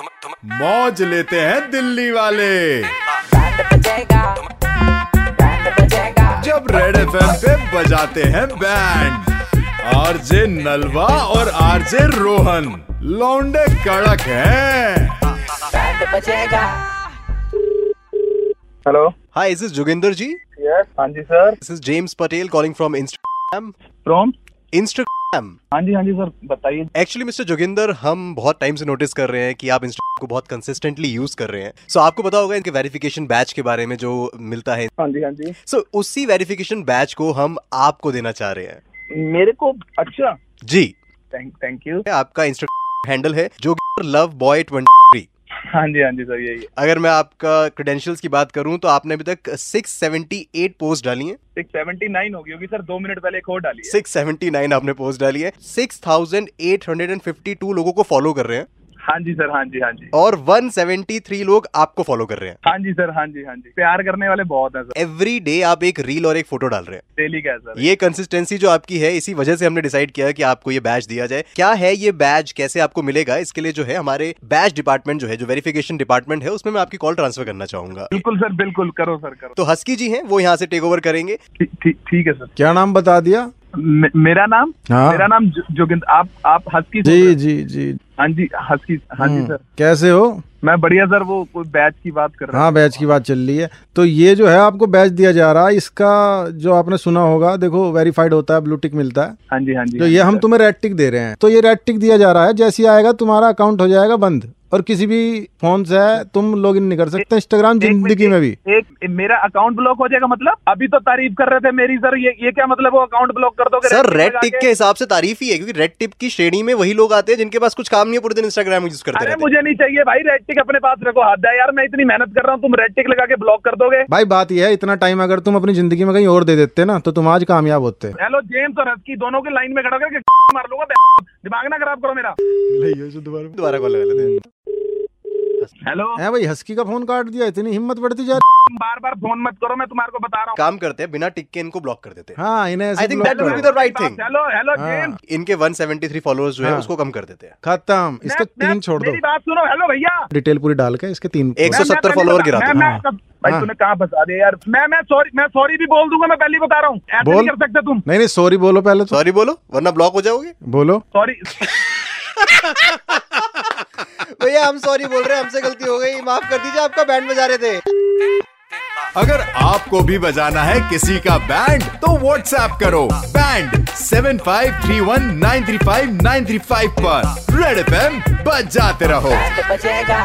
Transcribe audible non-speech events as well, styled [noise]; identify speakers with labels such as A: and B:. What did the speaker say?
A: मौज लेते हैं दिल्ली वाले जब रेड एफ पे बजाते हैं बैंड आरजे नलवा और आरजे रोहन लौंडे कड़क हैं
B: hello
C: Hi, is this Joginder ji?
B: Yes हाँ जी sir
C: This is James Patel calling from Instagram.
B: From
C: Instagram.
B: हाँ जी हाँ जी सर बताइए
C: एक्चुअली मिस्टर जोगिंदर हम बहुत टाइम से नोटिस कर रहे हैं कि आप इंस्टाग्राम को बहुत कंसिस्टेंटली यूज कर रहे हैं सो so, आपको पता होगा इनके वेरिफिकेशन बैच के बारे में जो मिलता है
B: हाँ जी हाँ जी
C: सो so, उसी वेरिफिकेशन बैच को हम आपको देना चाह रहे हैं
B: मेरे को अच्छा
C: जी
B: थैंक थैंक यू
C: आपका इंस्टाग्राम हैंडल है जोगिंदर लव बॉय
B: हाँ जी हाँ जी सर यही
C: अगर मैं आपका क्रेडेंशियल्स की बात करूं तो आपने अभी तक 678 पोस्ट डाली हैं
B: सिक्स सेवेंटी नाइन होगी होगी सर दो मिनट पहले एक और डाली है
C: 679 आपने पोस्ट डाली है 6852 लोगों को फॉलो कर रहे हैं
B: हाँ जी सर हाँ जी हाँ जी
C: और 173 लोग आपको फॉलो कर रहे हैं
B: हाँ जी सर हाँ जी हाँ जी प्यार करने वाले बहुत हैं सर
C: एवरी डे आप एक रील और एक फोटो डाल रहे हैं
B: डेली का है सर
C: ये कंसिस्टेंसी जो आपकी है इसी वजह से हमने डिसाइड किया कि आपको ये बैच दिया जाए क्या है ये बैच कैसे आपको मिलेगा इसके लिए जो है हमारे बैच डिपार्टमेंट जो है जो वेरिफिकेशन डिपार्टमेंट है उसमें मैं आपकी कॉल ट्रांसफर करना चाहूंगा
B: बिल्कुल सर बिल्कुल करो सर करो
C: तो हस्की जी हैं वो यहाँ से टेक ओवर करेंगे
B: ठीक ठीक ठीक है सर
A: क्या नाम बता दिया
B: मे- मेरा नाम
A: हाँ।
B: मेरा नाम जो- जोगिंदर आप आप हस्की से
A: जी
B: बोल रहे
A: जी जी हम्म।
B: हो? हाँ जी हस्की हाँ जी सर
A: कैसे हो
B: मैं बढ़िया सर वो कोई बैच की बात कर रहा
A: हाँ बैच की बात चल रही है तो ये जो है आपको बैच दिया जा रहा है इसका जो आपने सुना होगा देखो वेरीफाइड होता है ब्लू टिक मिलता है
B: हाँ जी हाँ जी हाँ
A: जो तो ये
B: जी,
A: हम
B: सर।
A: तुम्हें रेड टिक दे रहे हैं तो ये रेड टिक दिया जा रहा है जैसे ही आएगा तुम्हारा अकाउंट हो जाएगा बंद और किसी भी फोन से तुम लॉग इन नहीं कर सकते इंस्टाग्राम
B: एक मिनट,
A: जिंदगी में भी
B: एक एक- मेरा अकाउंट ब्लॉक हो जाएगा मतलब अभी तो तारीफ कर रहे थे मेरी सर ये ये क्या मतलब वो अकाउंट ब्लॉक कर दोगे
C: सर रेड
B: लगा
C: टिक
B: के?
C: के हिसाब से तारीफ ही है क्योंकि रेड टिप की श्रेणी में वही लोग आते हैं जिनके पास कुछ काम नहीं है पूरे दिन इंस्टाग्राम यूज करते
B: अरे
C: रहते हैं
B: मुझे नहीं चाहिए भाई रेड टिक अपने पास रखो हद है यार मैं इतनी मेहनत कर रहा हूँ तुम रेड टिक लगा के ब्लॉक कर दोगे
A: भाई बात यह है इतना टाइम अगर तुम अपनी जिंदगी में कहीं और दे देते ना तो तुम आज कामयाब होते
B: हेलो जेम्स और हस्की दोनों के [laughs] लाइन में खड़ा करके मार लूंगा बे- दिमाग ना खराब करो मेरा तो
C: दोबारा कॉल लगा लेते हैं
B: हेलो
A: हैं भाई हस्की का फोन काट दिया इतनी हिम्मत बढ़ती जा रही
B: बार बार फोन मत करो मैं तुम्हारे को बता रहा हूँ
C: काम करते हैं बिना टिक के इनको ब्लॉक कर देते हैं
A: हाँ इन्हें ऐसे
C: I think
A: block
C: that will
A: करो।
C: be the right thing.
B: Hello hello
A: हाँ।
B: जेम्स
C: इनके 173 फॉलोअर्स जो है
A: हाँ।
C: उसको कम कर देते हैं
A: खत्म इसके
B: मैं- मैं-
A: तीन छोड़ दो
B: मेरी बात सुनो हेलो भैया
A: डिटेल पूरी डाल के इसके तीन
C: एक- 170
B: मैं- मैं-
C: follower
B: मैं-
C: गिरा
B: मैं-
C: था,
B: मैं
A: हाँ।
B: सब- भाई
A: हाँ।
B: तूने कहाँ फंसा दिया यार मैं मैं सॉरी मैं सॉरी भी बोल दूंगा मैं पहले ही बता रहा हूँ ऐसे
A: बोल।
B: नहीं कर सकते तुम
A: नहीं नहीं सॉरी बोलो पहले तो
C: सॉरी बोलो वरना ब्लॉक हो जाओगे
A: बोलो
B: सॉरी
C: भैया हम सॉरी बोल रहे हैं हमसे गलती हो गई माफ कर दीजिए आपका बैंड बजा रहे थे
D: अगर आपको भी बजाना है किसी का बैंड तो व्हाट्सएप करो बैंड 7531935935 पर रेड एफएम बजाते रहो
E: बचेगा